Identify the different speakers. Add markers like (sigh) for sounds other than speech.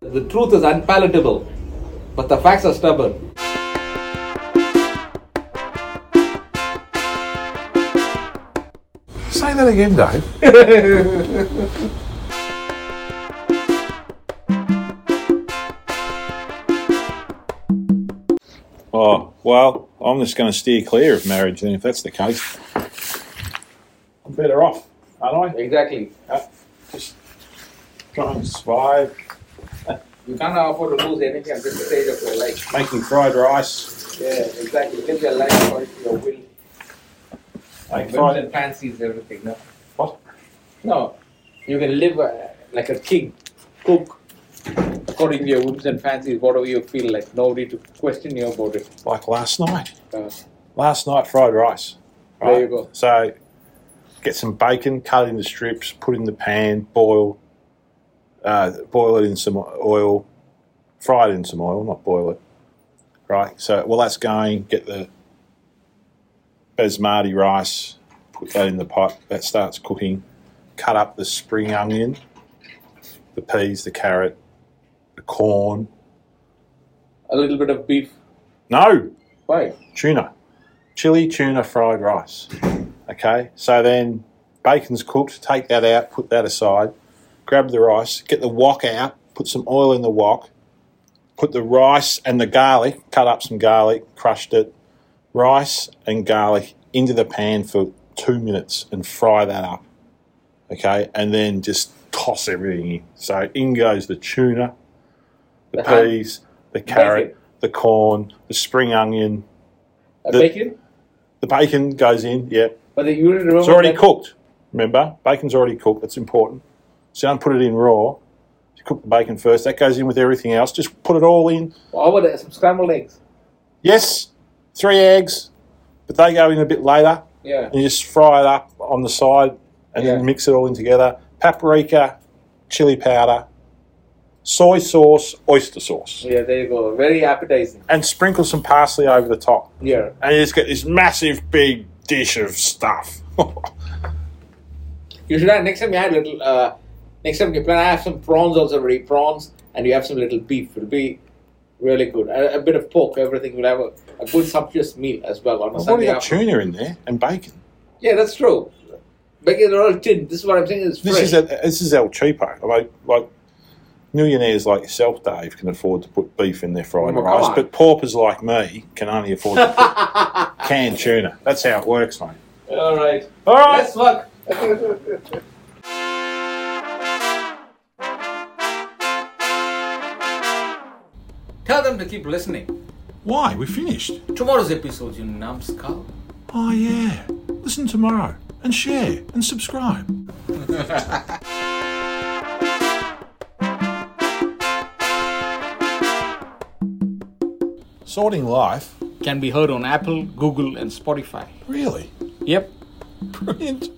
Speaker 1: The truth is unpalatable, but the facts are stubborn.
Speaker 2: Say
Speaker 3: er
Speaker 2: that again, Dave.
Speaker 3: (laughs) Oh, well, I'm just going to steer clear of marriage then if that's the case. I'm better off, aren't I? Uh,
Speaker 1: Exactly.
Speaker 3: Just trying to survive,
Speaker 1: You can't afford to lose anything at this stage of your life.
Speaker 3: making fried rice,
Speaker 1: Yeah, exactly. Live your life according to your will.
Speaker 3: making
Speaker 1: Whims
Speaker 3: fried
Speaker 1: and fancies, everything. No.
Speaker 3: What?
Speaker 1: No. You can live uh, like a king, cook according to your whims and fancies, whatever you feel like. Nobody to question you about it.
Speaker 3: like last night.
Speaker 1: Uh,
Speaker 3: Last night, fried rice.
Speaker 1: There you go.
Speaker 3: So, get some bacon, cut it into strips, put it in the pan, boil, uh, boil it in some oil, fry it in some oil, not boil it. Right. So, while that's going, get the basmati rice, put that in the pot. That starts cooking. Cut up the spring onion, the peas, the carrot, the corn.
Speaker 1: a little bit of beef.
Speaker 3: No,
Speaker 1: Why?
Speaker 3: tuna, chili tuna fried rice. Okay, so then bacon's cooked. Take that out, put that aside. Grab the rice, get the wok out, put some oil in the wok, put the rice and the garlic, cut up some garlic, crushed it, rice and garlic into the pan for two minutes and fry that up. Okay, and then just toss everything in. So in goes the tuna, the
Speaker 1: Uh-huh.
Speaker 3: peas, the carrot, the corn, the spring onion,
Speaker 1: A
Speaker 3: The-
Speaker 1: bacon?
Speaker 3: the bacon goes in, yeah.
Speaker 1: Uh, But then you remember
Speaker 3: It's already
Speaker 1: that-
Speaker 3: cooked, remember? Bacon's already cooked, that's important. So don't put it in raw. You cook the bacon first, that goes in with everything else. Just put it all in.
Speaker 1: How about uh, some scrambled eggs?
Speaker 3: Yes, three eggs, but they go in a bit later.
Speaker 1: Yeah.
Speaker 3: And you just fry it up on the side and
Speaker 1: Yeah.
Speaker 3: then mix it all in together. Paprika, chili powder, soy sauce, oyster sauce.
Speaker 1: Yeah, there you go. Very appetizing.
Speaker 3: And sprinkle some parsley over the top.
Speaker 1: Yeah.
Speaker 3: And you just get this massive big dish of stuff. (laughs)
Speaker 1: You should have next time you had little. Uh, next time you plan, I have some prawns also ready, prawns, and you have some little beef. It'll be really good. A, a bit of pork, everything. We'll have a, a good sumptuous meal as well on a
Speaker 3: I've already
Speaker 1: Sunday
Speaker 3: got
Speaker 1: afternoon.
Speaker 3: tuna in there and bacon.
Speaker 1: Yeah, that's true. Bacon are all tin. This is what I'm saying. Is
Speaker 3: This
Speaker 1: fresh.
Speaker 3: is a, this is El Cheapo. Like like millionaires like yourself, Dave, can afford to put beef in their
Speaker 1: Oh,
Speaker 3: fried
Speaker 1: come
Speaker 3: rice,
Speaker 1: on.
Speaker 3: but paupers like me can only afford to put canned tuna. That's how it works, mate.
Speaker 1: all right.
Speaker 3: All right.
Speaker 1: Let's work.
Speaker 4: Tell them to keep listening.
Speaker 2: Why? We finished.
Speaker 4: Tomorrow's episode, you numbskull.
Speaker 2: Oh, yeah. Listen tomorrow and share and subscribe.
Speaker 3: (laughs) Sorting life,
Speaker 4: Can be heard on Apple, Google, and Spotify.
Speaker 2: Really?
Speaker 4: Yep.
Speaker 2: Brilliant.